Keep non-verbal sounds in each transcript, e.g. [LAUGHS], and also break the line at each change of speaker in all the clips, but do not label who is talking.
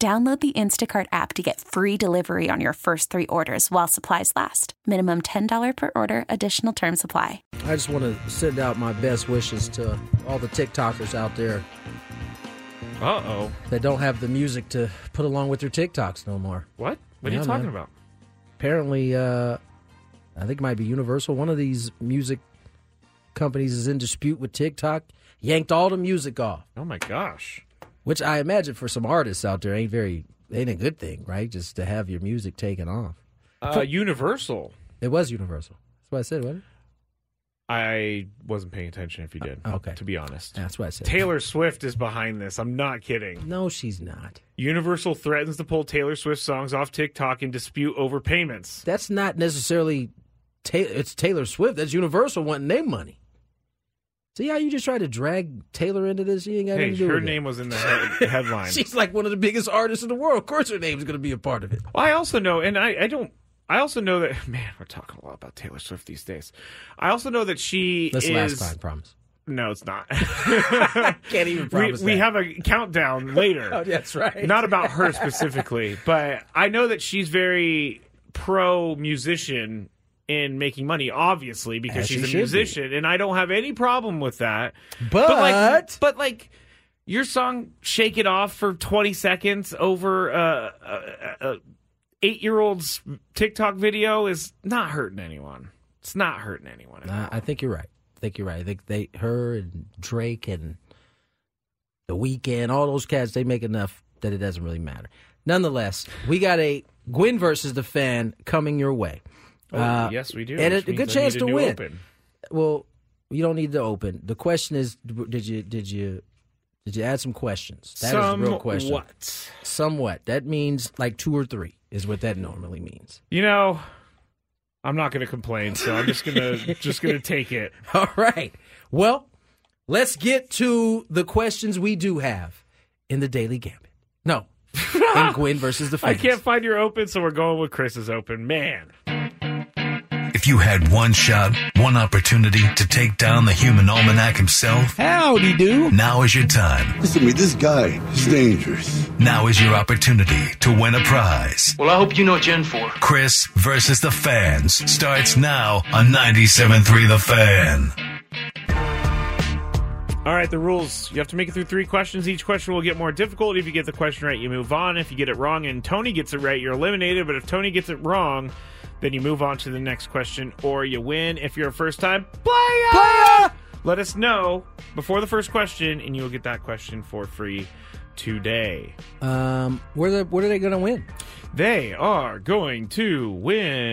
Download the Instacart app to get free delivery on your first three orders while supplies last. Minimum $10 per order, additional term supply.
I just want to send out my best wishes to all the TikTokers out there
Uh oh.
that don't have the music to put along with their TikToks no more.
What? What are
Yeah,
you talking
man.
about?
Apparently, uh, I think it might be Universal. One of these music companies is in dispute with TikTok, yanked all the music off,
Oh my gosh.
which I imagine for some artists out there ain't very ain't a good thing, right? Just to have your music taken off.
Uh, Universal.
It was Universal. That's what I said, wasn't it?
I wasn't paying attention if you did.
Uh, okay.
To be honest.
That's what I said.
Taylor Swift is behind this. I'm not kidding.
No, she's not.
Universal threatens to pull Taylor Swift songs off TikTok in dispute over payments.
That's not necessarily. Ta- it's Taylor Swift. That's Universal wanting their money. See how you just tried to drag Taylor into this? You ain't got
Hey,
anything to do
her
with it. [LAUGHS]
name was in the he- headline.
She's like one of the biggest artists in the world. Of course, her name's going to be a part of it.
Well, I also know, and I, I don't. I also know that [LAUGHS] man, we're talking a lot about Taylor Swift these days. I also know that she
That's
is.
last time, promise.
No, it's
[LAUGHS]
not.
Can't even
we,
promise.
we
that.
have a countdown later.
[LAUGHS] Oh, that's right.
not about her
[LAUGHS]
specifically, but I know that she's very pro musician in making money, obviously, because
As she
she's
should
a
be.
musician, and I don't have any problem with that.
But,
like, but like. Your song "Shake It Off" for twenty seconds over a, a, a eight-year-old's TikTok video is not hurting anyone. It's not hurting anyone.
Nah, I think you're right. I think you're right. I think they, her and Drake and The Weeknd, all those cats, they make enough that it doesn't really matter. Nonetheless, we got a Gwen versus the fan coming your way.
Oh,
Uh,
yes, we do.
and
which
a- a
means
good
I
chance
need
to
new
win.
open.
Well, you don't need to open. The question is, did you did you did you add some questions? That is the real question.
Somewhat.
Somewhat. That means like two or three is what that normally means.
You know, I'm not going to complain, so I'm just
[LAUGHS]
gonna just gonna take it.
All right. Well, let's get to the questions we do have in the Daily Gambit.
[LAUGHS]
No, in Gwen versus the
I
fans.
can't find your open, so we're going with Chris's open. Man,
If you had one shot, one opportunity to take down the human almanac himself,
Howdy do.
now is your time.
Listen to me, this guy is dangerous.
Now is your opportunity to win a prize.
Well, I hope you know what you're in for.
Chris versus the fans starts now on 97.3 The Fan.
all right, the rules: you have to make it through three questions. Each question will get more difficult. If you get the question right, you move on. If you get it wrong, and Tony gets it right, you're eliminated. But if Tony gets it wrong, then you move on to the next question, or you win. If you're a first-time player, let us know before the first question, and you will get that question for free today.
Um, where the what are they going to win?
They are going to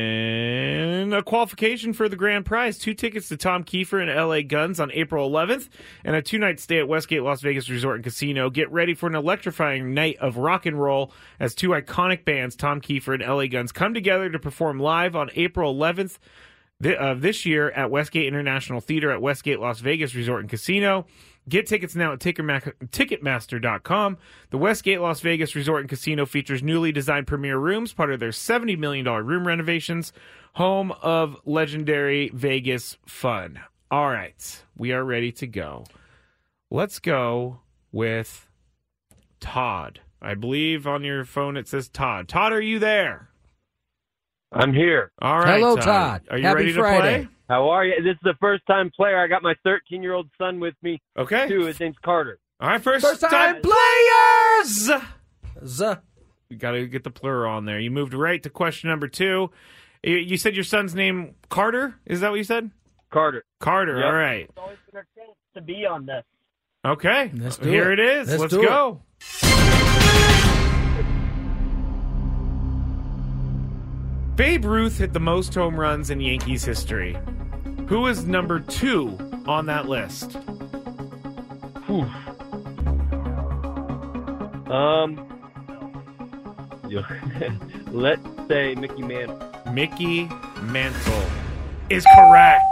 win a qualification for the grand prize. Two tickets to Tom Kiefer and LA Guns on April 11th, and a two night stay at Westgate Las Vegas Resort and Casino. Get ready for an electrifying night of rock and roll as two iconic bands, Tom Kiefer and LA Guns, come together to perform live on April 11th thi- of this year at Westgate International Theater at Westgate Las Vegas Resort and Casino. Get tickets now at Ticketma- Ticketmaster.com. The Westgate Las Vegas Resort and Casino features newly designed premier rooms, part of their $70 million room renovations, home of legendary Vegas fun. All right, we are ready to go. Let's go with Todd. I believe on your phone it says Todd. Todd, are you there?
I'm here.
All right.
Hello, Todd.
Are you
Happy
ready to
Friday.
play?
How are you? This is the first time player. I got my 13 year old son with me
Okay.
too. His name's Carter.
All right, first,
First time
players.
Zuh.
You got to get the plural on there. You moved right to question number two. You- You said your son's name Carter. Is that what you said?
Carter.
Carter.
Yep.
All right.
always been our chance to be on this.
Okay.
Let's do
Here
it.
it is.
Let's
Let's
do it.
go. Babe Ruth hit the most home runs in Yankees history. Who is number two on that list?
Whew. Um, you- [LAUGHS] let's say Mickey Mantle.
Mickey Mantle is correct.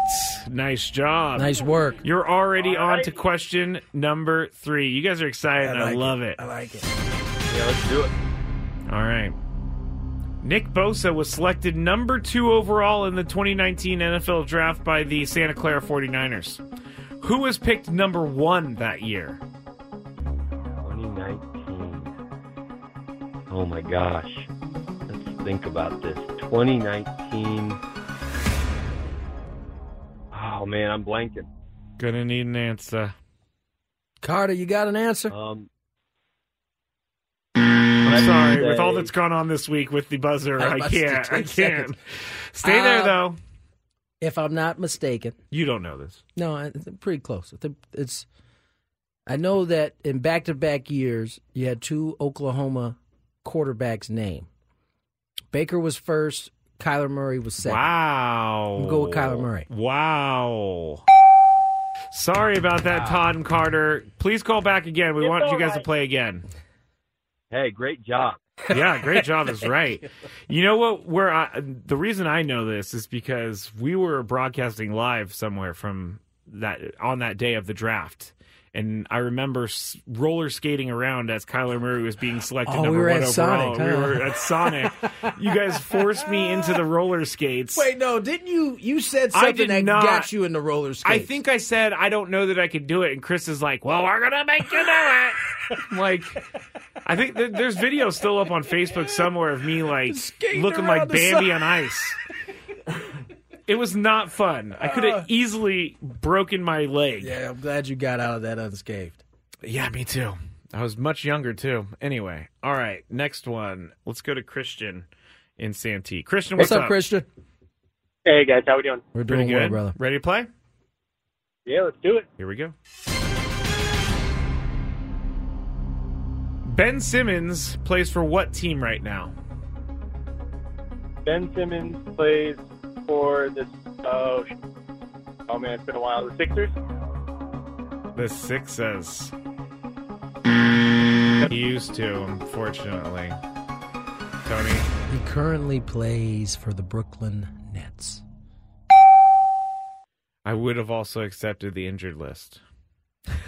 Nice job.
Nice work.
You're already on to question number three. You guys are excited. and I, love it.
I like it.
Yeah, let's do it.
All right. Nick Bosa was selected number two overall in the 2019 NFL draft by the Santa Clara 49ers. Who was picked number one that year?
2019. Oh my gosh. Let's think about this. 2019. Oh man, I'm blanking.
Gonna need an answer.
Carter, you got an answer?
Um,
I'm sorry, with
say-
all that's gone on this week with the [LAUGHS] buzzer,
I
I,
must
can't.
do
I
10
can't.
seconds.
Stay there,
Uh,
though.
If I'm not mistaken.
You don't know this.
No, I- it's pretty close. I think It's. I know that in back-to-back years, you had two Oklahoma quarterbacks named. Baker was first. Kyler Murray was second.
Wow.
I'm going with Kyler Murray.
Wow. Sorry about that, Todd and Carter. Please call back again. We
It's
want you
all
guys to
right. [LAUGHS]
play again.
hey, great job.
Yeah, great job is right. You know what? Where I, the reason I know this is because we were broadcasting live somewhere from that on that day of the draft. And I remember s- roller skating around as Kyler Murray was being selected
Oh, we
number
were
one overall.
at Sonic, huh?
We were at Sonic. you guys forced me into the roller skates.
Wait, no, didn't you? You said
I
something
did
that
not.
got you in the roller skates.
I think I said I don't know that I could do it, and Chris is like, "Well, we're gonna make you do it."
[LAUGHS]
I'm like, I think th- there's video still up on Facebook somewhere of me like
Skating
looking
around
like
the side.
Bambi on ice. It was not fun. I could have easily broken my leg.
Uh. Yeah, I'm glad you got out of that unscathed.
Yeah, me too. I was much younger too. Anyway, all right, next one. Let's go to Christian in Santee. Christian, what's,
What's up, Christian?
Hey guys, how we doing?
We're
Pretty
doing
good,
well, brother.
Ready to play?
Yeah, let's do it.
Here we go. Ben Simmons plays for what team right now?
Ben Simmons plays for this. Oh, sh- oh man, it's been a while. The Sixers.
The Sixes. He used to, unfortunately. Tony.
He currently plays for the Brooklyn
[LAUGHS]
Nets.
I would have also accepted the injured list.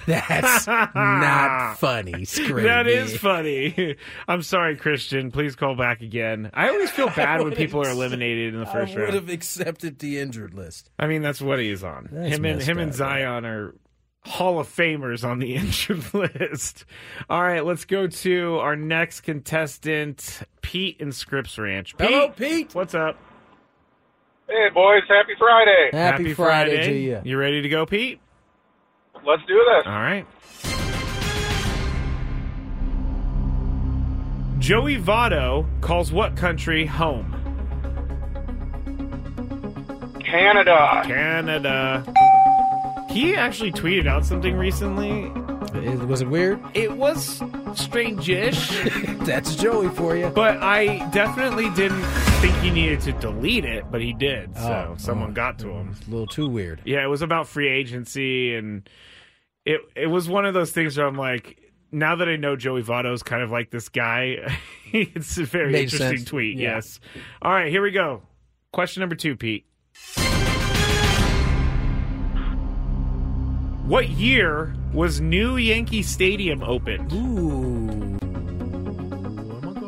That's not funny, Scrappy.
That is funny. [LAUGHS] I'm sorry, Christian. Please call back again. I always feel bad when
would've
people are
said-
eliminated in the
[LAUGHS] I
first
would
round.
have accepted the injured list.
I mean, that's what he's on.
That's
him and
messed
him and
up.
Zion are Hall of Famers on the [LAUGHS] injured list. All right, let's go to our next contestant, Pete in Scripps Ranch. Pete,
Hello, Pete.
what's up?
Hey boys, happy Friday.
Happy, Friday. to you.
You ready to go, Pete?
Let's do this.
All right. Joey Votto calls what country home?
Canada.
Canada. He actually tweeted out something recently.
It- was it
[LAUGHS]
weird?
It was strange-ish. [LAUGHS]
That's Joey for you.
But I definitely didn't think he needed to delete it, but he did. So
Oh,
someone
oh.
got to him.
A little too weird.
Yeah, it was about free agency and it it was one of those things where I'm like now that I know Joey Votto's kind of like this guy, [LAUGHS] it's a very
Made
interesting
sense.
tweet.
Yeah.
Yes. All right, here we go. Question number 2, Pete. What year was New Yankee Stadium opened?
Ooh. I'm gonna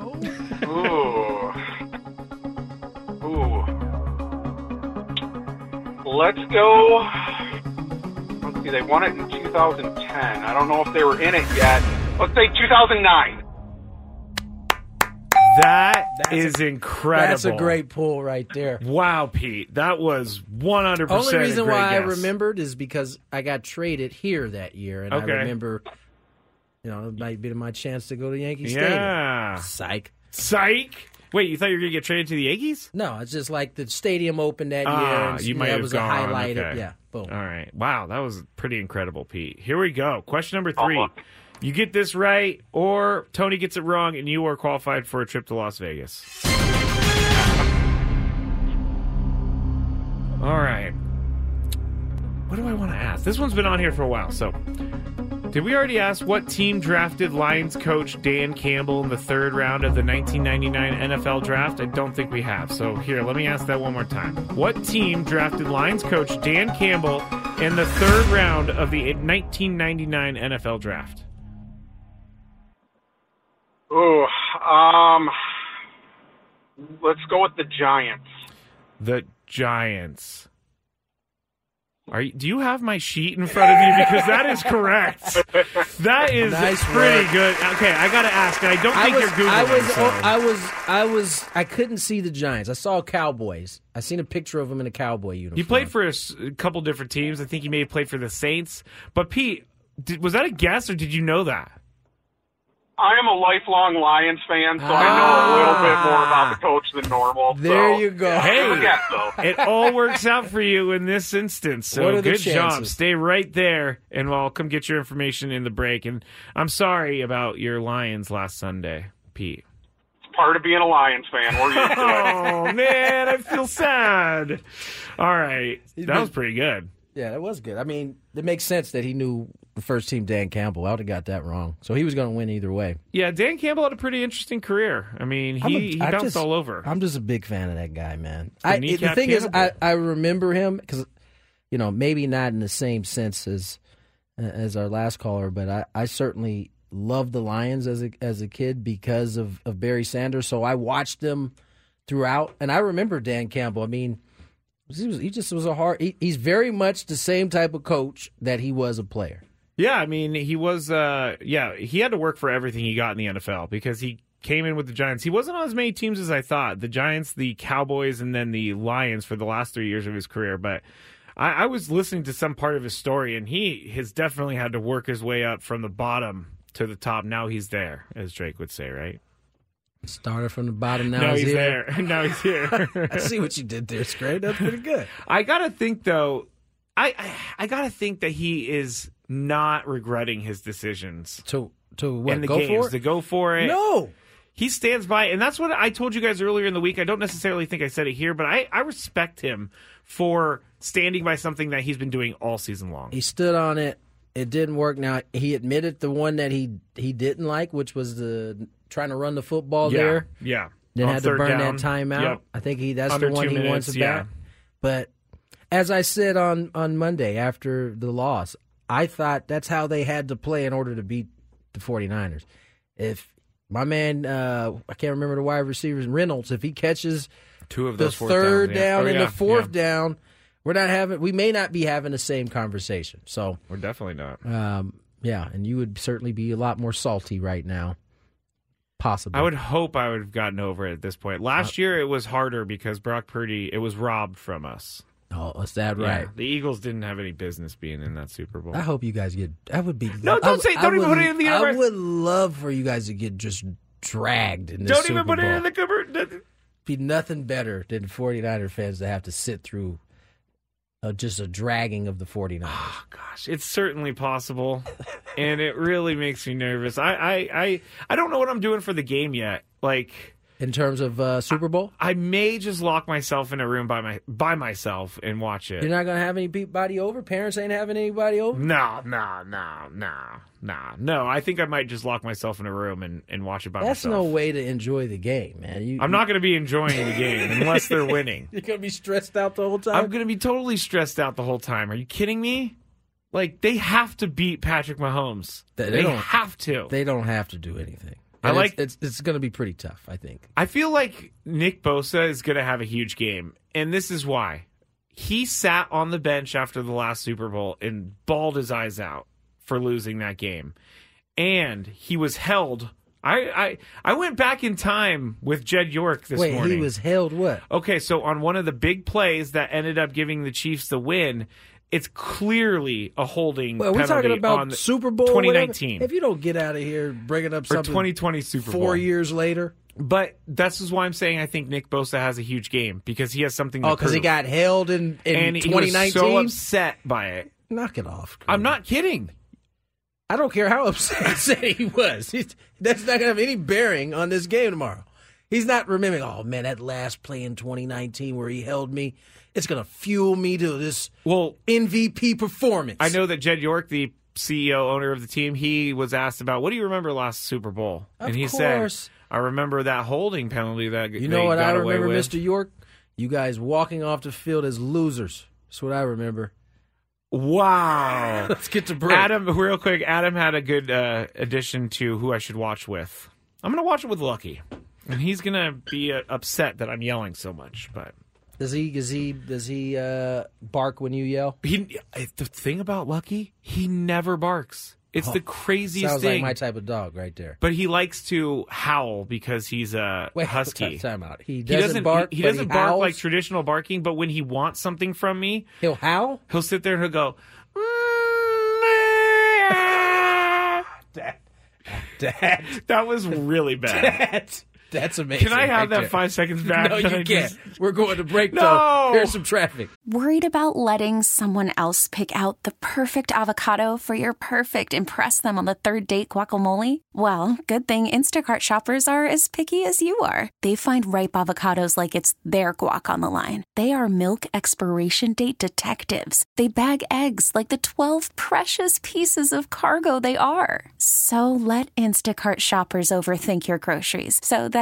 go.
Ooh. Ooh. Let's go. Let's see. They won it in 2010. I don't know if they were in it yet. Let's say 2009.
that's
That's
incredible.
That's a great pull right there.
Wow, Pete, that was one hundred percent.
Only reason
a great
why I
guess.
remembered is because I got traded here that year, and
Okay.
I remember You know, it might be my chance to go to Yankee Stadium.
Yeah.
Psych.
Psych. Wait, you thought you were gonna get traded to the Yankees?
No, it's just like the stadium opened that year.
Ah,
and
you might
that
have
was
gone,
a highlight. of-
okay.
yeah, boom.
All right. Wow, that was pretty incredible, Pete. Here we go. Question number three. You get this right, or Tony gets it wrong, and you are qualified for a trip to Las Vegas. All right. What do I want to ask? This one's been on here for a while, so. Did we already ask what team drafted Lions coach Dan Campbell in the third round of the 1999 NFL draft? I don't think we have. So here, let me ask that one more time. What team drafted Lions coach Dan Campbell in the third round of the 1999 NFL draft?
Ooh, um, let's go with the Giants.
The Giants. Are you, do you have my sheet in front of you? Because that is correct. That is
Nice
pretty
work.
good. Okay, I gotta ask, and I don't think
I was,
you're googling.
I was,
so-
oh, I was, I was, I couldn't see the Giants. I saw Cowboys. I seen a picture of him in a cowboy uniform.
He played for a s- a couple different teams. I think he may have played for the Saints. But Pete, did, was that a guess or did you know that?
I am a lifelong Lions fan, so I know a little bit more about the coach than normal.
Ah. There
so-
you go.
Hey.
Yeah, though.
It all works out for you in this instance.
What
So
are the
good job.
chances?
Stay right there, and I'll come get your information in the break. And I'm sorry about your Lions last Sunday, Pete.
It's part of being a Lions fan. We're used to it.
[LAUGHS]
Oh man, I feel sad. All right, that was pretty good.
Yeah, that was good. I mean, it makes sense that he knew the first team Dan Campbell. I would have got that wrong. So he was going to win either way.
Yeah, Dan Campbell had a pretty interesting career. I mean, he,
I'm a-
he
I
bounced
just-
all over.
I'm just a big fan of that guy, man. I, the
kneecap
thing is, I,
cannibal.
I remember him because, you know, maybe not in the same sense as uh, as our last caller, but I, I certainly loved the Lions as a as a kid because of, of Barry Sanders. So I watched them throughout, and I remember Dan Campbell. I mean, he was he just was a hard. He, he's very much the same type of coach that he was a player.
Yeah, I mean, he was. Uh, yeah, he had to work for everything he got in the NFL because he came in with the Giants. He wasn't on as many teams as I thought. The Giants, the Cowboys, and then the Lions for the last three years of his career. But I, I was listening to some part of his story, and he has definitely had to work his way up from the bottom to the top. Now he's there, as Drake would say, right?
Started from the bottom, now
now
he's
he's
here.
there. [LAUGHS] now he's here.
[LAUGHS] I see what you did there, Scrape. That's pretty good.
I gotta think though. I, I I gotta think that he is not regretting his decisions.
[LAUGHS] To to what?
in the
go
games
for it.
to go for it.
No.
he stands by, and that's what I told you guys earlier in the week. I don't necessarily think I said it here, but I, I respect him for standing by something that he's been doing all season long.
He stood on it. It didn't work. Now he admitted the one that he he didn't like, which was the trying to run the football
yeah,
there.
yeah.
Then
On
had to
third
burn
down.
that timeout.
Yep.
I think he that's
Under
the one
two
he
minutes,
wants
yeah.
back. But as I said on on Monday after the loss, I thought that's how they had to play in order to beat the 49ers. If my man, uh, I can't remember the wide receivers, Reynolds, if he catches
Two of
the
those fourth
third
downs, yeah.
down
Oh,
and
yeah,
the fourth
yeah.
down, we're not having. We may not be having the same conversation. So
We're definitely not.
um, yeah, and you would certainly be a lot more salty right now, possibly.
I would hope I would have gotten over it at this point. Last
Uh-huh.
year it was harder because Brock Purdy it was robbed from us.
Oh, is that
Yeah.
right?
The Eagles didn't have any business being in that Super Bowl.
I hope you guys get. I would be.
No, don't
I would-
say-
I
don't even
would-
put it in the
I
universe.
would love for you guys to get just dragged in this.
Don't
Super
even put
Bowl.
it in the cupboard.
Be nothing better than 49er fans to have to sit through uh, just a dragging of the 49ers.
gosh, it's certainly possible, and it really makes me nervous. I, I, I, I don't know what I'm doing for the game yet. Like,
in terms of uh, Super Bowl,
I may just lock myself in a room by my by myself and watch it.
you're not gonna have anybody over. Parents ain't having anybody over.
no, no, no, no, no, no. I think I might just lock myself in a room and, and watch it by
That's
myself.
no way to enjoy the game, man. You,
I'm not going to be enjoying the game unless they're winning.
[LAUGHS] You're gonna be stressed out the whole time.
I'm going to be totally stressed out the whole time. Are you kidding me? Like they have to beat Patrick Mahomes.
They- they don't-
have to.
They don't have to do anything.
I
And
like-
it's, it's. It's gonna be pretty tough, I think.
I feel like Nick Bosa is going to have a huge game, and this is why. He sat on the bench after the last Super Bowl and bawled his eyes out for losing that game. And he was held. I I, I went back in time with Jed York this
Wait,
morning.
he was held what?
Okay, so on one of the big plays that ended up giving the Chiefs the win, It's clearly a holding
Well, we're
penalty
talking
on
about
the-
Super Bowl whatever.
2019
If you don't get out of here bringing up
or
something
2020 Super Bowl.
four years later,
But this is why I'm saying I think Nick Bosa has a huge game because he has something. To
oh, because he
prove.
got held in in
and he was
2019.
so upset by it.
Knock it off. Chris.
I'm not kidding.
I don't care how [LAUGHS] upset said he was. He's, that's not going to have any bearing on this game tomorrow. He's not remembering, oh man, that last play in 2019 where he held me, it's going to fuel me to this
Well,
MVP performance.
I know that Jed York, the CEO owner of the team, he was asked about what do you remember last Super Bowl,
Of
and he
course.
said, "I remember that holding penalty that
You know what I remember,
Mister.
Mr. York? You guys walking off the field as losers. That's what I
[LAUGHS]
remember.
Wow."
[LAUGHS] Let's get to break.
Adam, real quick, Adam had a good uh, addition to who I should watch with. I'm gonna watch it with Lucky, and he's gonna be uh, upset that I'm yelling so much. But
Does he? Does he? Does he uh, bark when you yell?
he, I- the thing about Lucky, he never barks. It's the craziest
Oh, Sounds
thing.
like my type of dog right there.
but he likes to howl because he's a
[LAUGHS]
husky.
ti- time out. He
He
doesn't,
doesn't
bark.
He, he
but
doesn't bark
howls.
like traditional barking, but when he wants something from me,
he'll howl.
he'll sit there and he'll
[LAUGHS]
go. "Mm, eh."
That,
that was really bad.
that, that's amazing.
Can I
right
have
there.
that five seconds back?
[LAUGHS] No, you
that I
can't.
just-
We're going to break
No!
though. Here's some traffic.
Worried about letting someone else pick out the perfect avocado for your perfect impress them on the third date guacamole? Well, good thing Instacart shoppers are as picky as you are. They find ripe avocados like it's their guac on the line. They are milk expiration date detectives. They bag eggs like the 12 precious pieces of cargo they are. So let Instacart shoppers overthink your groceries so that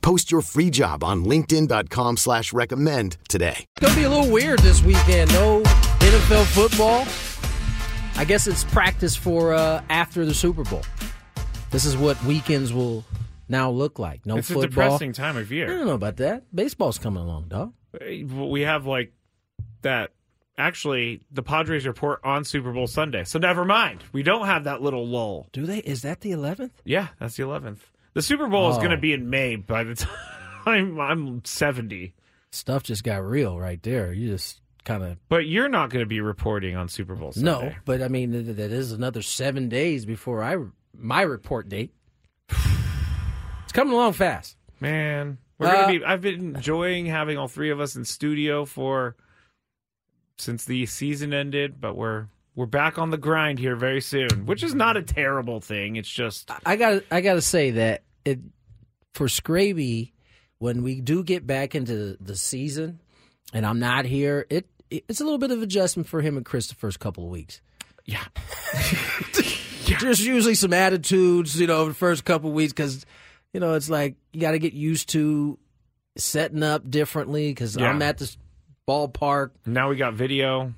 Post your free job on linkedin.com/recommend slash recommend today.
It's gonna be a little weird this weekend. No NFL football. I guess it's practice for uh, after the Super Bowl. This is what weekends will now look like. No
it's a
football. Hmm.
depressing time of
I don't
year.
know about that. Baseball's coming along, dog.
We have like that. Actually, the Padres report on Super Bowl Sunday, so never mind. We don't have that little lull.
Do they? Is that the eleventh?
Yeah, that's the 11th. The Super Bowl is
Oh.
going to be in May by the [LAUGHS] time I'm, I'm 70.
Stuff just got real right there. You just kind of
But you're not going to be reporting on Super Bowl Sunday.
no, but I mean th- that is another seven days before I my report date. [SIGHS] It's coming along fast.
Man, we're
Uh,
gonna be. I've been enjoying having all three of us in studio for since the season ended, but we're we're back on the grind here very soon, which is not a terrible thing. It's just
I got I got to say that it for Scraby when we do get back into the season and I'm not here, it it's a little bit of adjustment for him and Christopher's couple of weeks.
yeah,
There's usually some attitudes, you know, the first couple of weeks because you know it's like you got to get used to setting up differently because
Yeah.
I'm at this ballpark.
now we got video.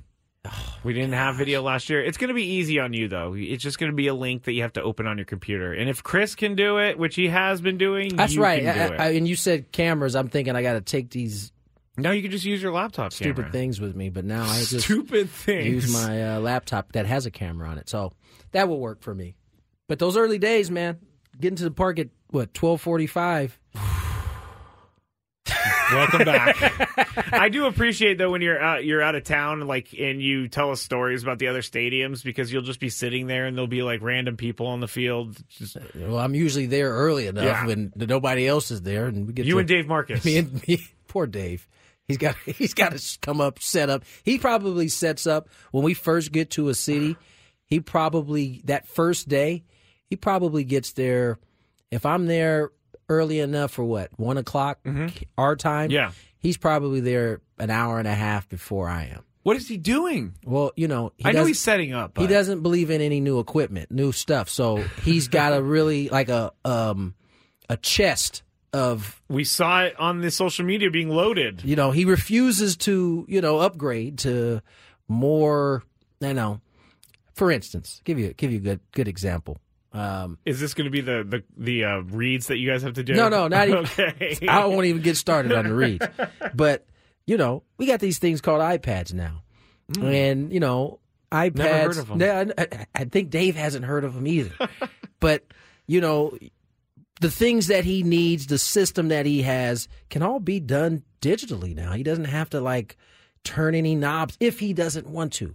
Oh,
we didn't have video last year. It's going to be easy on you though. It's just going to be a link that you have to open on your computer. And if Chris can do it, which he has been doing,
That's
you
right.
Can do
I,
it.
I, and you said cameras. I'm thinking I got to take these
now you can just use your laptop.
stupid
camera.
things with me, but now I just
Stupid things.
use my uh, laptop that has a camera on it. So that will work for me. But those early days, man, getting to the park at what twelve forty five.
Welcome
[LAUGHS]
back. I do appreciate though when you're out, you're out of town, like, and you tell us stories about the other stadiums because you'll just be sitting there and there'll be like random people on the field. Just
Well, I'm usually there early enough
Yeah.
when nobody else is there, and we get
You
to-
and Dave Marcus.
[LAUGHS] Me and me, poor Dave. He's got [LAUGHS] he's got to come up, set up. He probably sets up when we first get to a city. He probably that first day, he probably gets there. If I'm there early enough for what one o'clock our time,
Mm-hmm. Yeah.
he's probably there an hour and a half before I am.
what is he doing?
Well, you know, he
I know
does-
he's setting up.
he
but-
doesn't believe in any new equipment, new stuff. So he's got a really like a um a chest of
We saw it on the social media being loaded.
you know he refuses to you know upgrade to more. You know, for instance, give you give you a good good example. Um,
Is this going to be the the the uh, reads that you guys have to do?
No, no, not even.
[LAUGHS] okay.
[LAUGHS] I won't even get started on the reads. But you know, we got these things called iPads now, and you know, iPads.
Mm. heard of 'em.
Yeah, I, I- I think Dave hasn't heard of
[LAUGHS]
them either. but you know, the things that he needs, the system that he has, can all be done digitally now. He doesn't have to like turn any knobs if he doesn't want to.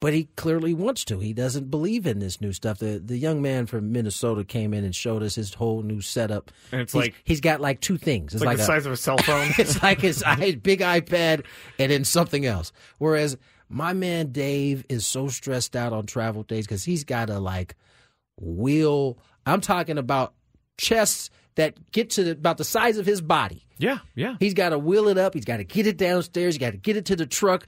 But he clearly wants to. He doesn't believe in this new stuff. The the young man from Minnesota came in and showed us his whole new setup.
And it's
He's-
like-
he's got like two things. It's
like,
like,
the
a-
size of a cell phone.
[LAUGHS] it's like his i- big iPad and then something else. Whereas my man Dave is so stressed out on travel days because he's got to like wheel. I'm talking about chests that get to the, about the size of his body.
yeah, yeah.
He's got to wheel it up. He's got to get it downstairs. He got to get it to the truck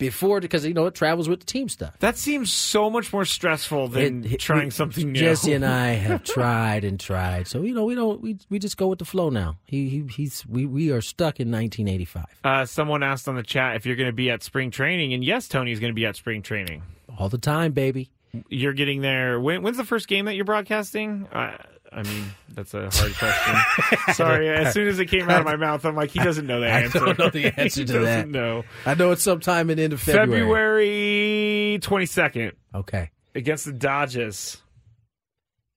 before because you know it travels with the team stuff.
That seems so much more stressful than
It- it-
trying
we-
something new.
Jesse
[LAUGHS]
and I have tried and tried, so you know we don't we we just go with the flow now. He, he he's we we are stuck in 1985.
Uh, someone asked on the chat if you're going to be at spring training, and yes, Tony's going to be at spring training.
all the time, baby.
You're getting there. When, when's the first game that you're broadcasting? Uh, I mean, that's a hard
[LAUGHS]
question. Sorry. As soon as it came out of my mouth, I'm like, he doesn't know the
I
answer.
don't know the
[LAUGHS]
answer
he
to
doesn't
that.
Know.
I know it's sometime in the end of February.
February 22nd
Okay.
against the Dodgers.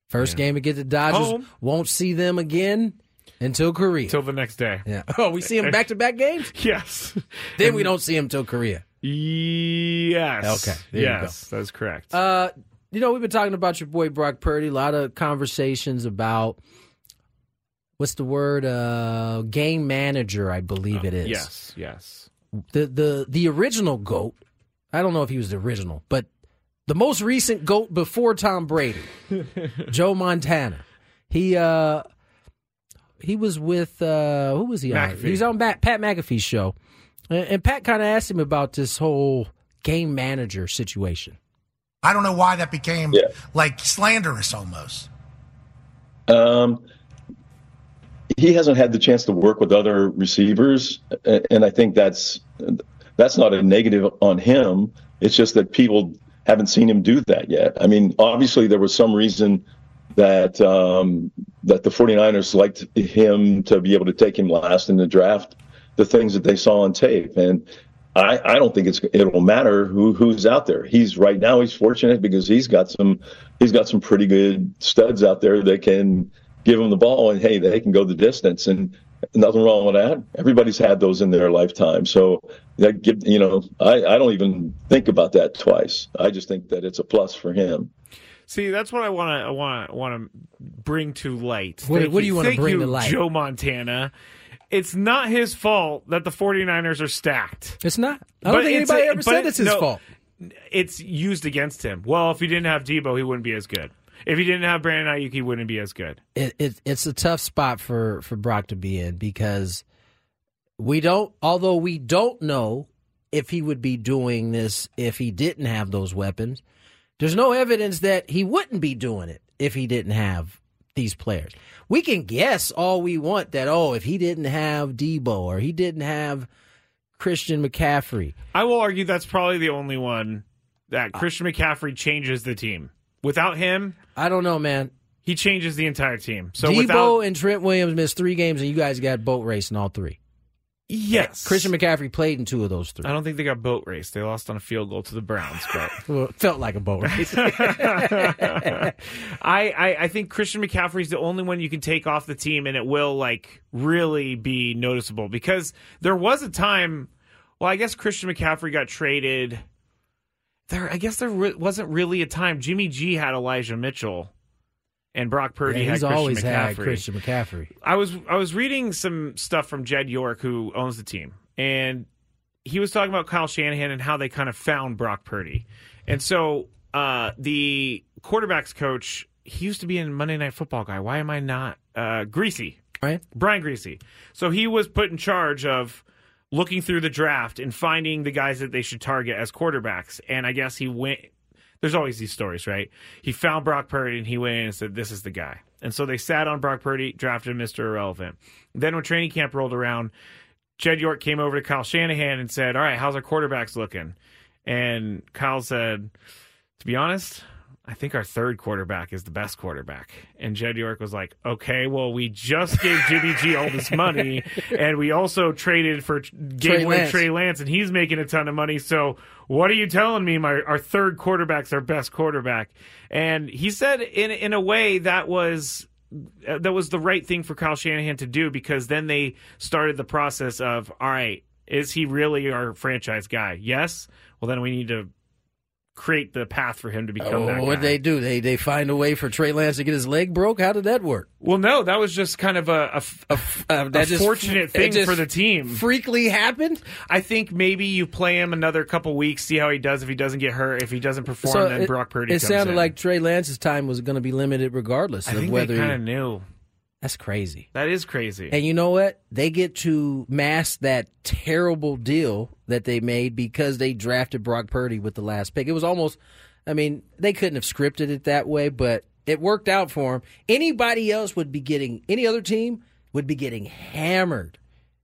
First game against the Dodgers.
Home.
Won't see them again until Korea.
Till the next day.
yeah. [LAUGHS] Oh, we see them back to back games.
Yes.
Then we don't see them till Korea.
Yes.
Okay, there you go.
yes. That's correct.
Uh, you know, we've been talking about your boy Brock Purdy. A lot of conversations about what's the word? Uh, game manager, I believe it is.
Uh, yes. Yes.
the the the original goat. I don't know if he was the original, but the most recent goat before Tom
[LAUGHS]
Brady, Joe Montana. He uh he was with uh who was he on?
McAfee.
He was on Pat, Pat McAfee's show, and, and Pat kind of asked him about this whole game manager situation.
I don't know why that became like slanderous almost.
Um, he hasn't had the chance to work with other receivers, a- and I think that's that's not a negative on him. It's just that people haven't seen him do that yet. I mean, obviously there was some reason that um, that the 49ers liked him to be able to take him last in the draft, the things that they saw on tape, and I, I don't think it's it will matter who who's out there. He's right now he's fortunate because he's got some he's got some pretty good studs out there that can give him the ball and hey they can go the distance and nothing wrong with that. Everybody's had those in their lifetime, so that give you know I I don't even think about that twice. I just think that it's a plus for him.
See, that's what I want to I want want to bring to light.
What-
Thank
what do you wanna
Thank
bring to light?
Joe Montana? It's not his fault that the 49ers are stacked.
It's not. I don't
But
think
it's
anybody
a-
ever
but
said it's his
no,
fault.
It's used against him. Well, if he didn't have Debo, he wouldn't be as good. If he didn't have Brandon Ayuk, he wouldn't be as good.
it, it it's a tough spot for for Brock to be in because we don't although we don't know if he would be doing this if he didn't have those weapons there's no evidence that he wouldn't be doing it if he didn't have these players we can guess all we want that oh if he didn't have Debo or he didn't have Christian McCaffrey
I will argue that's probably the only one
Uh,
that Christian McCaffrey changes the team. Without him,
I don't know man
he changes the entire team. So
Debo
without
and Trent Williams missed 3 games and you guys got boat racing all 3
Yes.
Christian McCaffrey played in two of those three.
I don't think they got boat race. They lost on a field goal to the Browns, [LAUGHS] but
well, it felt like a boat race.
I, I I think Christian McCaffrey's the only one you can take off the team, and it will like really be noticeable because there was a time. Well, I guess Christian McCaffrey got traded. There, I guess there re- wasn't really a time. Jimmy G had Elijah Mitchell and Brock Purdy
Yeah, he's
had Christian
always
McCaffrey.
had Christian McCaffrey.
I was I was reading some stuff from Jed York, who owns the team, and he was talking about Kyle Shanahan and how they kind of found Brock Purdy. And so uh, the quarterbacks coach, he used to be in Monday Night Football guy. Why am I not uh, Greasy?
Right,
Brian Greasy. So he was put in charge of looking through the draft and finding the guys that they should target as quarterbacks. And I guess he went. There's always these stories, right? He found Brock Purdy and he went in and said, "This is the guy." And so they sat on Brock Purdy, drafted Mr. Irrelevant. Then when training camp rolled around, Jed York came over to Kyle Shanahan and said, "All right, how's our quarterbacks looking?" And Kyle said, "To be honest, I think our third quarterback is the best quarterback." And Jed York was like, "Okay, well, we just gave Jimmy G all this money, and we also traded for game winner
Lance.
Trey Lance, and he's making a ton of money. So what are you telling me? My our third quarterback's our best quarterback?" And he said, in in a way, that was uh, that was the right thing for Kyle Shanahan to do because then they started the process of all right, is he really our franchise guy? Yes. Well, then we need to create the path for him to become that.
Oh,
guy.
what they do? They they find a way for Trey Lance to get his leg broke. How did that work?
Well, no, that was just kind of a, a f-
Uh,
a fortunate thing for the team.
Freakly happened.
I think maybe you play him another couple weeks, see how he does. If he doesn't get hurt, if he doesn't perform, then
it,
Brock Purdy.
It
comes
sounded
in.
like Trey Lance's time was going to be limited, regardless
I
of
think
whether.
they kind of knew.
That's crazy.
That is crazy.
And you know what? They get to mask that terrible deal that they made because they drafted Brock Purdy with the last pick. It was almost, I mean, they couldn't have scripted it that way, but it worked out for them. Anybody else would be getting, any other team would be getting hammered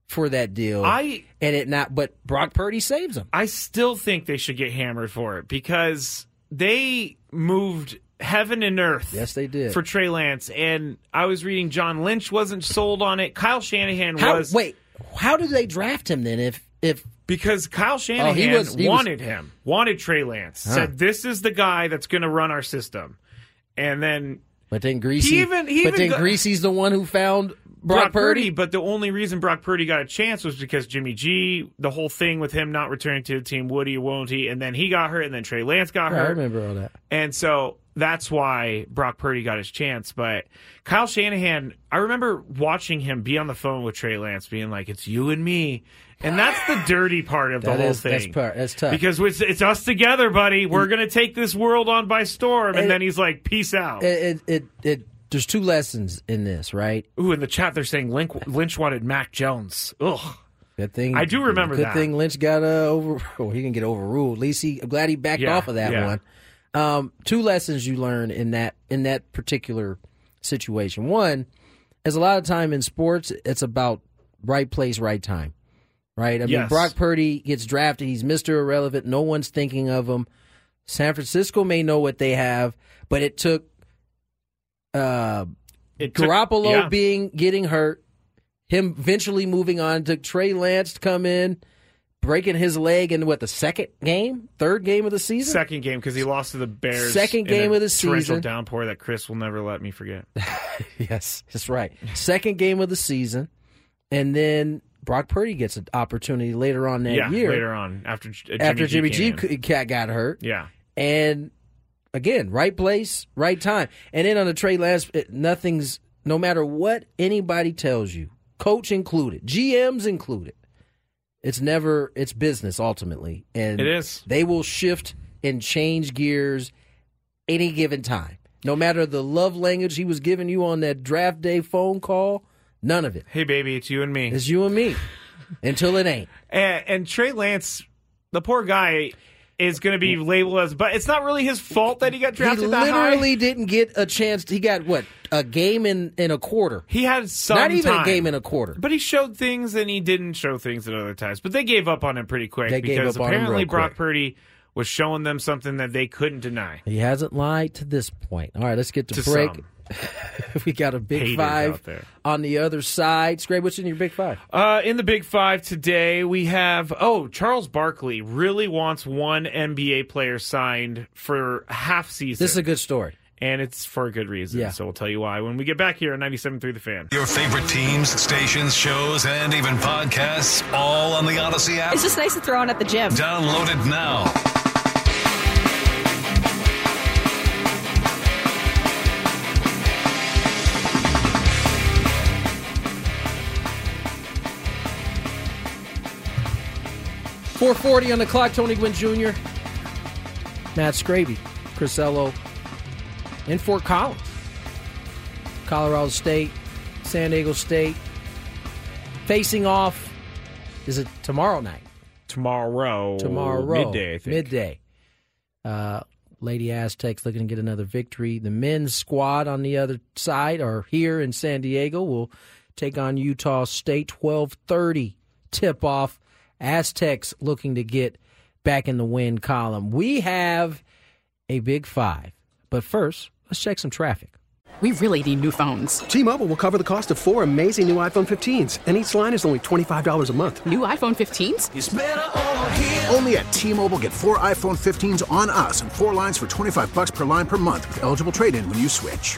for that deal.
I-
and it not, but Brock Purdy saves them.
I still think they should get hammered for it because they moved heaven and earth.
Yes, they did.
For Trey Lance. And I was reading John Lynch wasn't sold on it. Kyle Shanahan
How,
was.
wait, how did they draft him then? If if
Because Kyle Shanahan
was- Oh, he was-
wanted him, wanted Trey Lance,
Huh.
said, This is the guy that's going to run our system. And then
but then Greasy,
He even- he
but
even
then
got-
Greasy's the one who found Brock, Purdy.
But the only reason Brock Purdy got a chance was because Jimmy G, the whole thing with him not returning to the team, would he, won't he? And then he got hurt, and then Trey Lance got
I
hurt.
remember all that.
And so that's why Brock Purdy got his chance. But Kyle Shanahan, I remember watching him be on the phone with Trey Lance, being like, "It's you and me," and that's the dirty part of the
That
whole
is-
thing.
that's part- that's tough.
because it's, it's us together, buddy. We're gonna take this world on by storm. And,
Mm. And-
then he's like, "Peace out."
it, it, it, it there's two lessons in this, right?
Ooh, in the chat they're saying Lynch, Lynch wanted Mac Jones. Ugh.
Good thing
I do remember
good
that.
thing Lynch got uh, over. [LAUGHS] Well, he didn't get overruled. At least he. I'm glad he backed
Yeah,
off of that
yeah.
one. Um, two lessons you learn in that in that particular situation. One is a lot of time in sports, it's about right place, right time. Right? I mean,
Yes.
Brock Purdy gets drafted. He's Mr. Irrelevant. No one's thinking of him. San Francisco may know what they have, but it took uh,
It took-
Garoppolo
yeah.
being getting hurt, him eventually moving on to Trey Lance to come in, breaking his leg in what the second game, third game of the season.
Second game because he lost to the Bears.
Second
in a
game of the
torrential
season.
downpour that Chris will never let me forget.
[LAUGHS] Yes, that's right. Second game of the season, and then Brock Purdy gets an opportunity later on that
yeah,
year
later on after J- Jimmy
after Jimmy
G,
G,
came in.
c- got got hurt.
Yeah.
and again, right place, right time. And then on the Trey Lance, it- nothing's no matter what anybody tells you, coach included, GMs included. It's never it's business ultimately, and
It is.
They will shift and change gears any given time. No matter the love language he was giving you on that draft day phone call, none of it.
Hey, baby, it's you and me.
It's you and me until it ain't.
And, and Trey Lance, the poor guy, is going to be labeled as, but it's not really his fault that he got drafted
he
that high.
literally didn't get a chance. He got what a game in in a quarter.
He had some
Not even
time.
a game in a quarter.
But he showed things and he didn't show things at other times. But they gave up on him pretty quick
They gave
because
up on him
apparently
real quick.
Brock Purdy was showing them something that they couldn't deny.
He hasn't lied to this point. All right, let's get to,
To
break.
some.
[LAUGHS] we got a big
Haters out
five
there.
on the other side. Scrape, what's in your big five?
Uh, in the Big Five today, we have oh Charles Barkley really wants one NBA player signed for half season. This is a
good story,
and it's for a good reason. So we'll tell you why when we get back here on 97.3 The Fan.
Your favorite teams, stations, shows, and even podcasts, all on the Odyssey app.
It's just nice to throw in at the gym.
Download it now.
Four forty on the clock. Tony Gwynn Jr., Matt Scraby, Crisello, in Fort Collins, Colorado State, San Diego State, facing off. Is it tomorrow night?
Tomorrow,
Tomorrow,
midday. I think.
Midday. Uh, Lady Aztecs looking to get another victory. The men's squad on the other side are here in San Diego. Will take on Utah State. Twelve thirty tip off. Aztecs looking to get back in the win column. We have a big five, but first let's check some traffic.
We really need new phones. T-Mobile will cover the cost of four amazing new iPhone 15s, and each line is only $25 a month. New iPhone 15s?
Only at T-Mobile get four iPhone 15s on us and four lines for 25 bucks per line per month with eligible trade-in when you switch.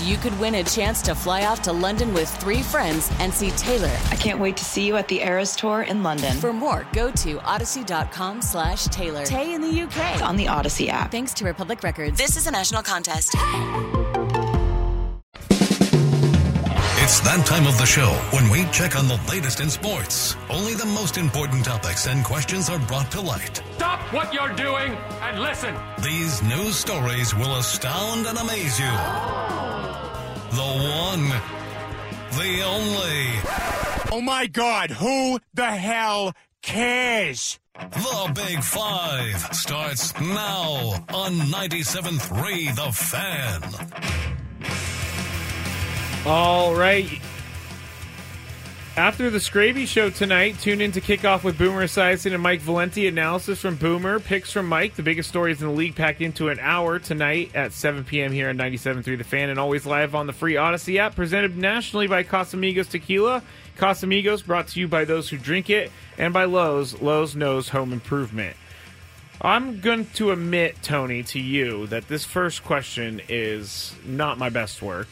you could win a chance to fly off to London with three friends and see Taylor.
I can't wait to see you at the Eras Tour in London.
For more, go to odyssey.com slash Taylor. Tay in the UK.
It's on the Odyssey app.
Thanks to Republic Records. This is a national contest.
It's that time of the show when we check on the latest in sports. Only the most important topics and questions are brought to light.
Stop what you're doing and listen.
These news stories will astound and amaze you. The one, the only. Oh my God, who the hell cares? The Big Five starts now on 97.3 The Fan.
All right. After the Scraby Show tonight, tune in to kick off with Boomer Esiason and Mike Valenti. Analysis from Boomer, picks from Mike, the biggest stories in the league packed into an hour tonight at 7 p.m. here on 97.3 The Fan and always live on the free Odyssey app, presented nationally by Casamigos Tequila. Casamigos brought to you by those who drink it and by Lowe's. Lowe's knows home improvement. I'm going to admit, Tony, to you that this first question is not my best work.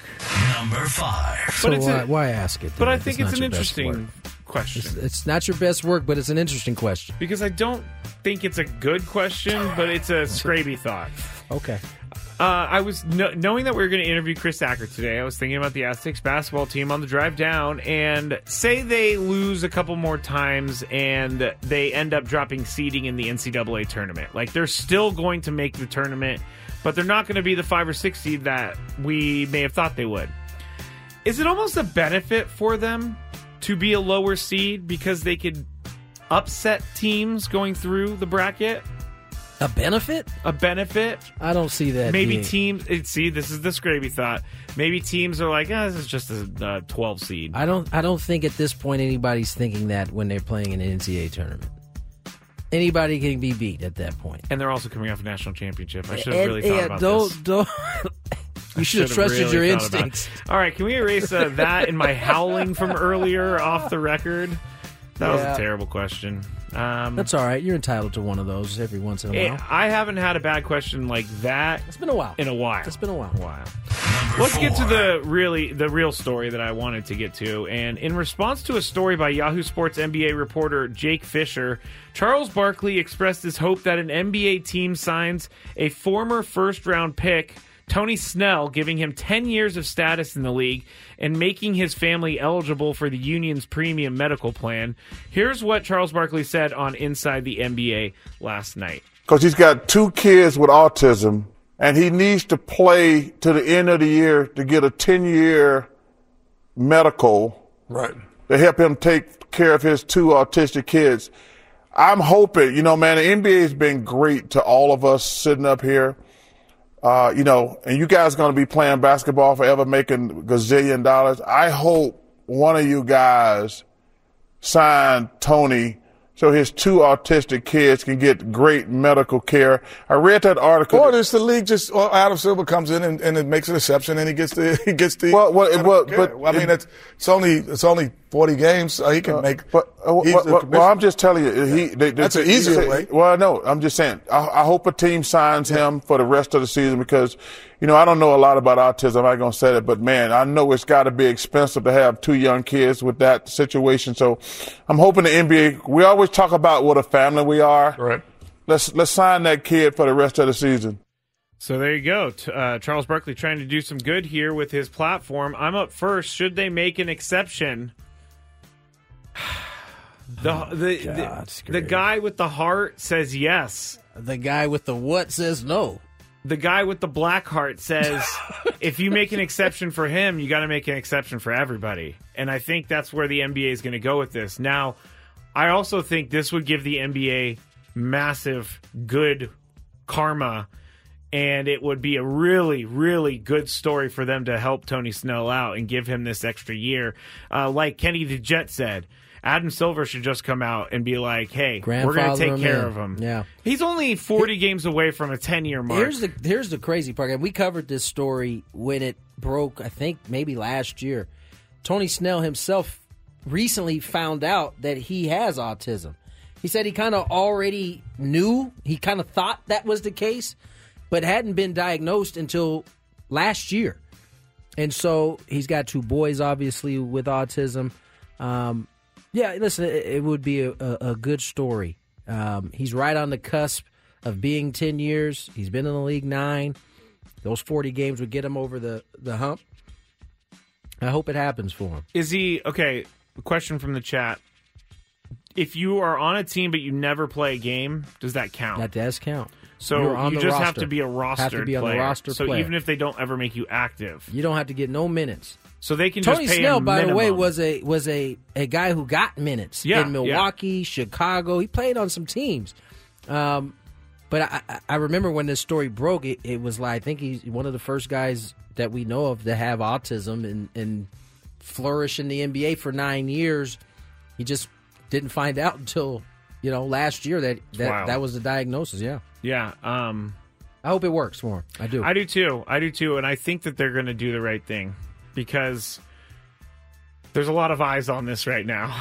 Number five.
So why, why ask it?
But
then
I
if
think
not
it's an
your best work?
interesting question.
It's, it's not your best work, but it's an interesting question.
Because I don't think it's a good question, but it's
[LAUGHS]
a scraby thought.
Okay.
Uh, I was kno- knowing that we were going to interview Chris Acker today. I was thinking about the Aztecs basketball team on the drive down, and say they lose a couple more times, and they end up dropping seeding in the NCAA tournament. Like they're still going to make the tournament, but they're not going to be the five or six seed that we may have thought they would. Is it almost a benefit for them to be a lower seed because they could upset teams going through the bracket?
A benefit?
A benefit?
I don't see that.
maybe
being-
teams it- see this is the scrappy thought maybe teams are like ah, this is just a uh, 12 seed
I don't. I don't think at this point anybody's thinking that when they're playing in an NCAA tournament, anybody can be beat at that point.
and they're also coming off a national championship i should have
And-
really thought
yeah,
about
don't, [LAUGHS]
this [LAUGHS]
Don't.
I
you should
should've
have trusted
really
your
thought about it.
instincts.
all right can we erase uh, that and my howling from earlier off the record that was
Yeah.
a terrible question um,
That's all right. You're entitled to one of those every once in a
eh,
while.
i haven't had a bad question like that it's
been a while
in a while
It's been a while.
Wow. Let's get to the really the real story that I wanted to get to. And in response to a story by Yahoo Sports NBA reporter Jake Fisher, Charles Barkley expressed his hope that an NBA team signs a former first round pick, Tony Snell, giving him 10 years of status in the league and making his family eligible for the union's premium medical plan. Here's what Charles Barkley said on Inside the NBA last night.
Because he's got two kids with autism
and he needs to play to the end of the year to get a 10 year medical
Right.
to help him take care of his two autistic kids. I'm hoping, you know, man, the NBA has been great to all of us sitting up here. Uh, you know, and you guys going to be playing basketball forever, making gazillion dollars. I hope one of you guys sign Tony so his two autistic kids can get great medical care. I read that article.
Or just the league just or Adam Silver comes in and, and it makes an exception and he gets the [LAUGHS] he gets the
Well, well,
I
well,
don't care.
but-
I mean it's it's only it's only forty games so he can make but
Uh, Well, well, well, I'm just telling you, he, they, they-
That's an
he-
easier
he-
way.
Well, no, I'm just saying. I, I hope a team signs him for the rest of the season because, you know, I don't know a lot about autism. I'm not gonna say that, but man, I know it's got to be expensive to have two young kids with that situation. So, I'm hoping the NBA. We always talk about what a family we are.
Right.
Let's let's sign that kid for the rest of the season.
So there you go. T- Uh, Charles Barkley trying to do some good here with his platform. I'm up first. Should they make an exception? [SIGHS] The the, the, the guy with the heart says yes.
The guy with the what says no.
The guy with the black heart says if you make an exception for him, you got to make an exception for everybody. And I think that's where the NBA is going to go with this. Now, I also think this would give the NBA massive good karma and it would be a really, really good story for them to help Tony Snell out and give him this extra year. Uh, like Kenny the Jet said, Adam Silver should just come out and be like, "Hey, we're going to
Grandfather
take
him
care
in.
of him."
Yeah.
he's only forty games away from a ten-year mark.
Here's the here's the crazy part. And we covered this story when it broke. I think maybe last year. Tony Snell himself recently found out that he has autism. He said he kind of already knew. He kind of thought that was the case, but hadn't been diagnosed until last year. And so he's got two boys, obviously, with autism. Um, yeah, listen, it, it would be a, a, a good story. Um, he's right on the cusp of being 10 years. He's been in the league nine. Those 40 games would get him over the, the hump. I hope it happens for him.
Is he okay? Question from the chat: If you are on a team but you never play a game, does that count?
That does count.
so
You're on
you
the
just have
roster.
to be a roster.
Have to be on the
player.
roster
So
player.
even if they don't ever make you active,
You don't have to get no minutes.
so they can
Tony
just pay
Snell,
him
by the way,
minimum.
was a was a, a guy who got minutes
Yeah,
in Milwaukee, Chicago. He played on some teams, um, but I, I- I remember when this story broke, it, it was like I think he's one of the first guys that we know of to have autism and and flourish in the NBA for nine years. He just didn't find out [LAUGHS] until you know last year that that,
Wow.
that was the diagnosis. Yeah,
yeah. Um,
I hope it works for him. I do.
I do too. I do too. And I think that they're going to do the right thing because there's a lot of eyes on this right now.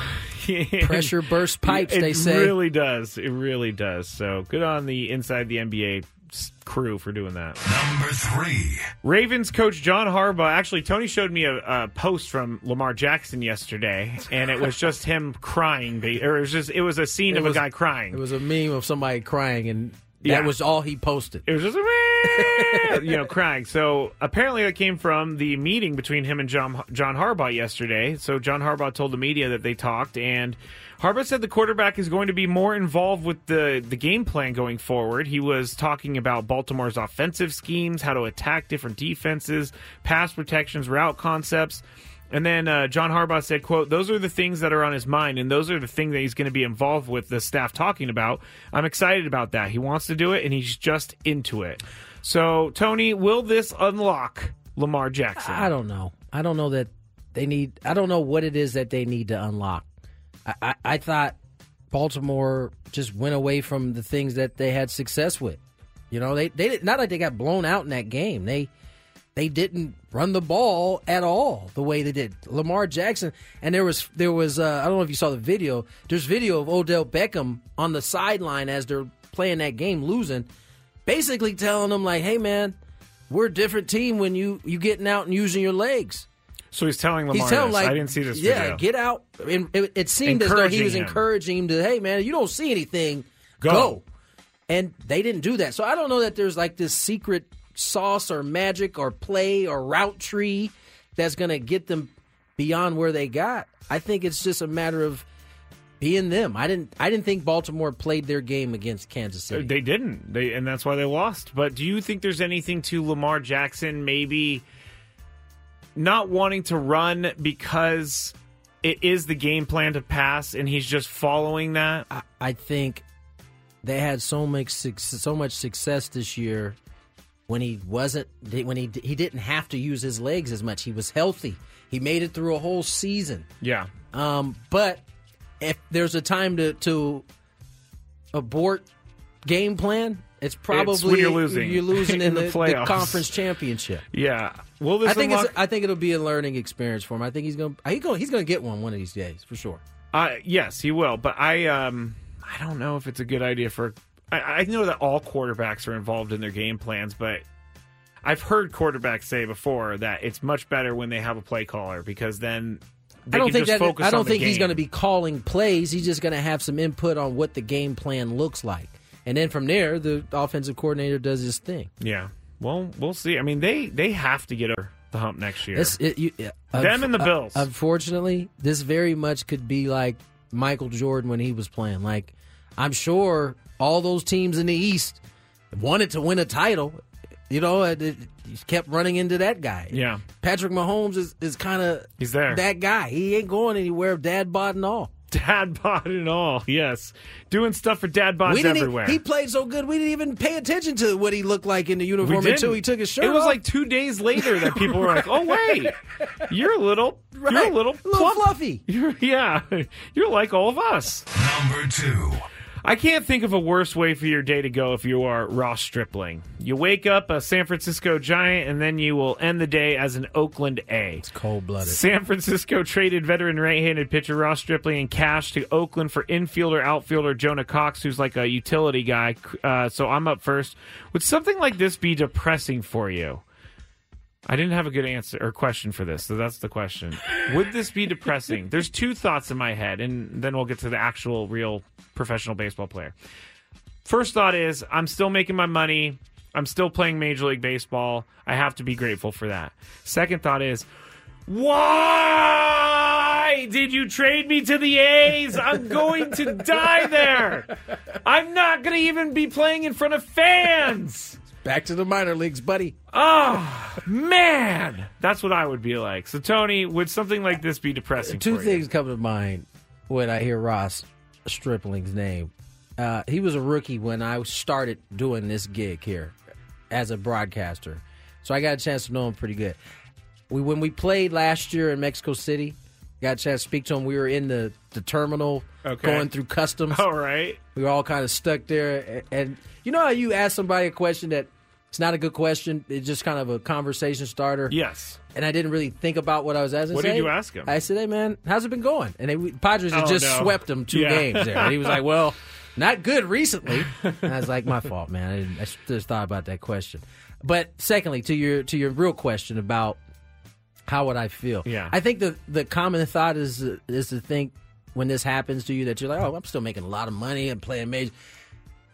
[LAUGHS]
Pressure burst pipes,
It
they say.
really does. It really does. So good on the Inside the NBA s- crew for doing that.
Number three.
Ravens coach John Harbaugh. Actually, Tony showed me a, a post from Lamar Jackson yesterday, and it was just him crying. Ba- Or it was just it was a scene
It
of
was-
a guy crying.
It was a meme of somebody crying, and that
Yeah.
was all he posted.
It was just a you know crying. So apparently that came from the meeting between him and John John Harbaugh yesterday. So John Harbaugh told the media that they talked, and Harbaugh said the quarterback is going to be more involved with the the game plan going forward. He was talking about Baltimore's offensive schemes, how to attack different defenses, pass protections, route concepts. And then uh, John Harbaugh said, "quote Those are the things that are on his mind, and those are the things that he's going to be involved with the staff talking about. I'm excited about that. He wants to do it, and he's just into it. So, Tony, will this unlock Lamar Jackson?
I don't know. I don't know that they need. I don't know what it is that they need to unlock. I, I, I thought Baltimore just went away from the things that they had success with. You know, they they did, not like they got blown out in that game. They they didn't run the ball at all the way they did. Lamar Jackson and there was there was uh, I don't know if you saw the video. There's video of Odell Beckham on the sideline as they're playing that game losing, basically telling them like, "Hey man, we're a different team when you you getting out and using your legs."
So he's telling Lamar,
He's telling
this.
like,
I didn't see this.
Yeah,
video.
get out. And it, it seemed as though he
Encouraging
was
him.
encouraging him to, hey man, you don't see anything,
Go.
go. And they didn't do that. So I don't know that there's like this secret sauce or magic or play or route tree that's going to get them beyond where they got. I think it's just a matter of being them. I didn't I didn't think Baltimore played their game against Kansas City.
They didn't. They and that's why they lost. But do you think there's anything to Lamar Jackson maybe not wanting to run because it is the game plan to pass and he's just following that?
I, I think they had so much suc- so much success this year when he wasn't when he he didn't have to use his legs as much. He was healthy. He made it through a whole season.
Yeah.
Um, but if there's a time to to abort game plan, it's probably
when you're losing.
You're losing
[LAUGHS]
in,
In the
the, the
playoffs.
conference championship.
Yeah. Will this
I think
unlock-
it's, I think it'll be a learning experience for him. I think he's gonna he going he's gonna get one one of these days for sure.
Uh, yes, he will. But I, um, I don't know if it's a good idea for. I, I know that all quarterbacks are involved in their game plans, but I've heard quarterbacks say before that it's much better when they have a play caller because then they
I don't
can
think
just
that
focus
I don't
on the
think he's
game.
going to be calling plays. He's just going to have some input on what the game plan looks like, and then from there, the offensive coordinator does his thing.
Yeah. Well, we'll see. I mean, they they have to get over the hump next year.
It's, it, you, yeah.
Them and the
uh,
Bills.
unfortunately, this very much could be like Michael Jordan when he was playing. Like, I'm sure all those teams in the East wanted to win a title. You know, it, it, you kept running into that guy.
yeah.
Patrick Mahomes is, is kind of
He's there.
that guy. He ain't going anywhere. Dad bod and all.
[LAUGHS] Dad bod and all. Yes. Doing stuff for dad bods
didn't e-
everywhere.
he played so good we didn't even pay attention to what he looked like in the
We
uniform
didn't.
until he took his shirt
It was
off.
like two days later that people were like,
[LAUGHS]
"Oh wait, you're a little, you're a little, plump.
fluffy.
[LAUGHS] You're, yeah, [LAUGHS] you're like all of us." Number two. I can't think of a worse way for your day to go if you are Ross Stripling. You wake up a San Francisco Giant, and then you will end the day as an Oakland A. It's
cold blooded.
San Francisco traded veteran right-handed pitcher Ross Stripling and cash to Oakland for infielder outfielder Jonah Cox, who's like a utility guy. Uh, so I'm up first. Would something like this be depressing for you? I didn't have a good answer or question for this, so that's the question. Would this be depressing? There's two thoughts in my head, and then we'll get to the actual real professional baseball player. First thought is I'm still making my money. I'm still playing Major League Baseball. I have to be grateful for that. Second thought is why did you trade me to the A's? I'm going to die there. I'm not going to even be playing in front of fans.
Back to the minor leagues, buddy.
Oh, man. That's what I would be like. So, Tony, would something like this be depressing?
Two
for you?
things come to mind when I hear Ross Stripling's name. Uh, he was a rookie when I started doing this gig here as a broadcaster, so I got a chance to know him pretty good. We when we played last year in Mexico City, got a chance to speak to him. We were in the the terminal,
Okay.
going through customs.
All right.
We were all kind of stuck there. a- And you know how you ask somebody a question that it's not a good question, it's just kind of a conversation starter?
Yes.
And I didn't really think about what I was asking.
What
I said,
did you
"Hey,"
ask him?
I said, hey, man, how's it been going? And they, Padres had
Oh,
just
no.
swept them two
Yeah.
games there. And he was
[LAUGHS]
like, well, not good recently. And I was like, my fault, man. I, didn't, I just thought about that question. But secondly, to your to your real question about how would I feel?
Yeah.
I think the the common thought is is to think when this happens to you that you're like, oh, I'm still making a lot of money and playing major.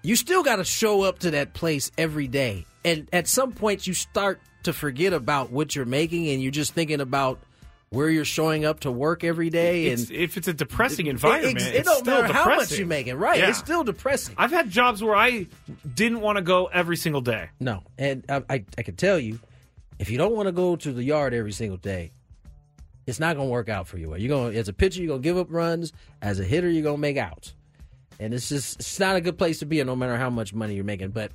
You still got to show up to that place every day, and at some point you start to forget about what you're making, and you're just thinking about where you're showing up to work every day. And
It's- if it's a depressing
It- it-
environment,
it
it's
don't
still
matter how much
depressing.
you're making, right,
Yeah.
it's still depressing.
I've had jobs where I didn't want to go every single day. [LAUGHS]
No, and I, I, I can tell you, if you don't want to go to the yard every single day, it's not going to work out for you. You're going to as a pitcher, you're going to give up runs. As a hitter, you're going to make outs, and it's just it's not a good place to be in, no matter how much money you're making. But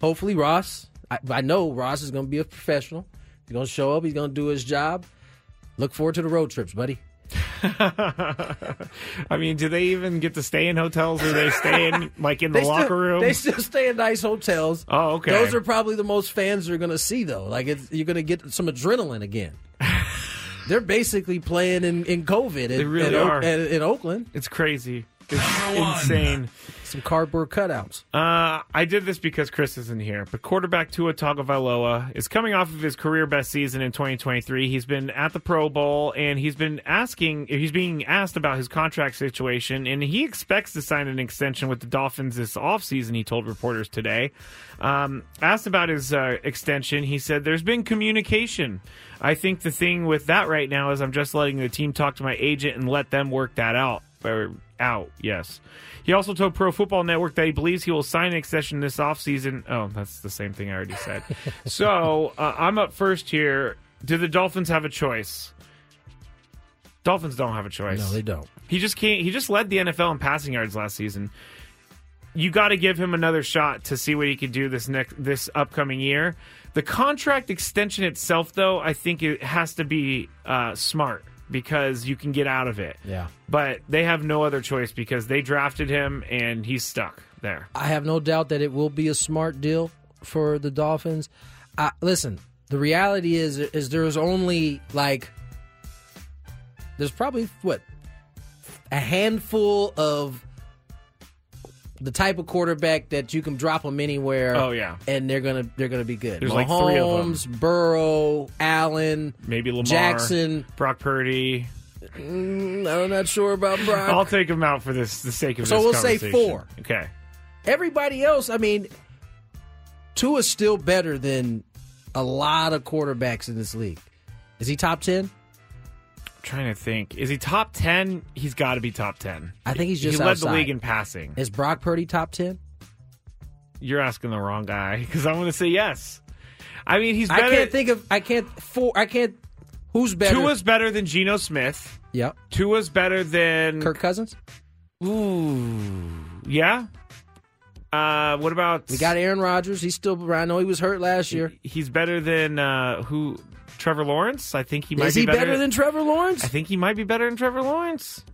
hopefully, Ross, I, I know Ross is going to be a professional. He's going to show up. He's going to do his job. Look forward to the road trips, buddy.
I mean, do they even get to stay in hotels or they stay in like in the
They still-
locker room?
They still stay in nice hotels.
Oh, okay.
Those are probably the most fans are going to see, though. Like it's, you're going to get some
[LAUGHS]
adrenaline again. They're basically playing in, in COVID. In,
They really
in Oak-
are.
in, in Oakland.
It's crazy. It's insane.
Some cardboard cutouts.
Uh, I did this because Chris isn't here, but quarterback Tua Tagovailoa is coming off of his career best season in 2023. He's been at the Pro Bowl and he's been asking, he's being asked about his contract situation, and he expects to sign an extension with the Dolphins this offseason. He told reporters today. Um, asked about his uh, extension, he said, "There's been communication. I think the thing with that right now is I'm just letting the team talk to my agent and let them work that out." or out. Yes. He also told Pro Football Network that he believes he will sign an extension this offseason. Oh, that's the same thing I already
[LAUGHS]
said. so uh, I'm up first here. Do the Dolphins have a choice? Dolphins don't have a choice.
No, they don't.
He just can't. He just led the NFL in passing yards last season. You got to give him another shot to see what he can do this next this upcoming year. The contract extension itself, though, I think it has to be uh, smart because you can get out of it.
Yeah.
But they have no other choice because they drafted him and he's stuck there.
I have no doubt that it will be a smart deal for the Dolphins. Uh, listen, the reality is is there's only like there's probably what a handful of the type of quarterback that you can drop them anywhere.
Oh, yeah.
and they're gonna they're gonna be good.
There's like
Mahomes,
three of them.
Burrow, Allen,
Maybe Lamar
Jackson.
Brock Purdy.
Mm, I'm not sure about
[LAUGHS]
Brock.
I'll take him out for this the sake of
So
this
we'll say
conversation.
four.
Okay.
Everybody else, I mean, two is still better than a lot of quarterbacks in this league. Is he top ten?
trying to think. Is he top 10? He's got to be top 10.
I think he's just
He led
outside.
the league in passing.
Is Brock Purdy top ten?
You're asking the wrong guy because I'm going to say yes. I mean, he's
I
better.
can't think of. I can't. Four. I can't. Who's better?
Tua's better than Geno Smith.
Yep.
Tua's better than
Kirk Cousins.
Ooh, yeah. Uh, what about
We got Aaron Rodgers. He's still. I know he was hurt last year.
He's better than uh, who? Trevor Lawrence. I think he might
Is
be
he better, than Trevor Lawrence?
I think he might be better than Trevor Lawrence.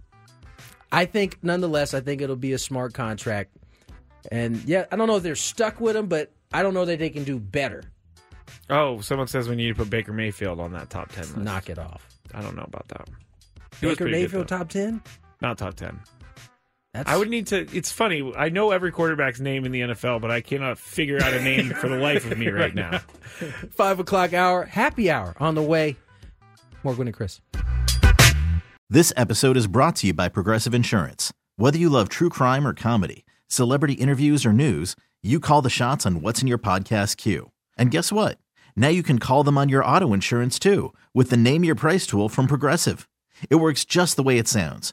I think, nonetheless, I think it'll be a smart contract. And yeah, I don't know if they're stuck with him, but I don't know that they can do better.
Oh, someone says we need to put Baker Mayfield on that top ten list.
Knock it off.
I don't know about that. He was
Baker
pretty good,
Mayfield
though.
top ten.
not top ten.
That's-
I would need to. It's funny. I know every quarterback's name in the NFL, but I cannot figure out a name for the life of me right now.
Five o'clock hour, happy hour on the way. More Gwen and Chris.
This episode is brought to you by Progressive Insurance. Whether you love true crime or comedy, celebrity interviews or news, you call the shots on what's in your podcast queue. And guess what? Now you can call them on your auto insurance too with the Name Your Price tool from Progressive. It works just the way it sounds.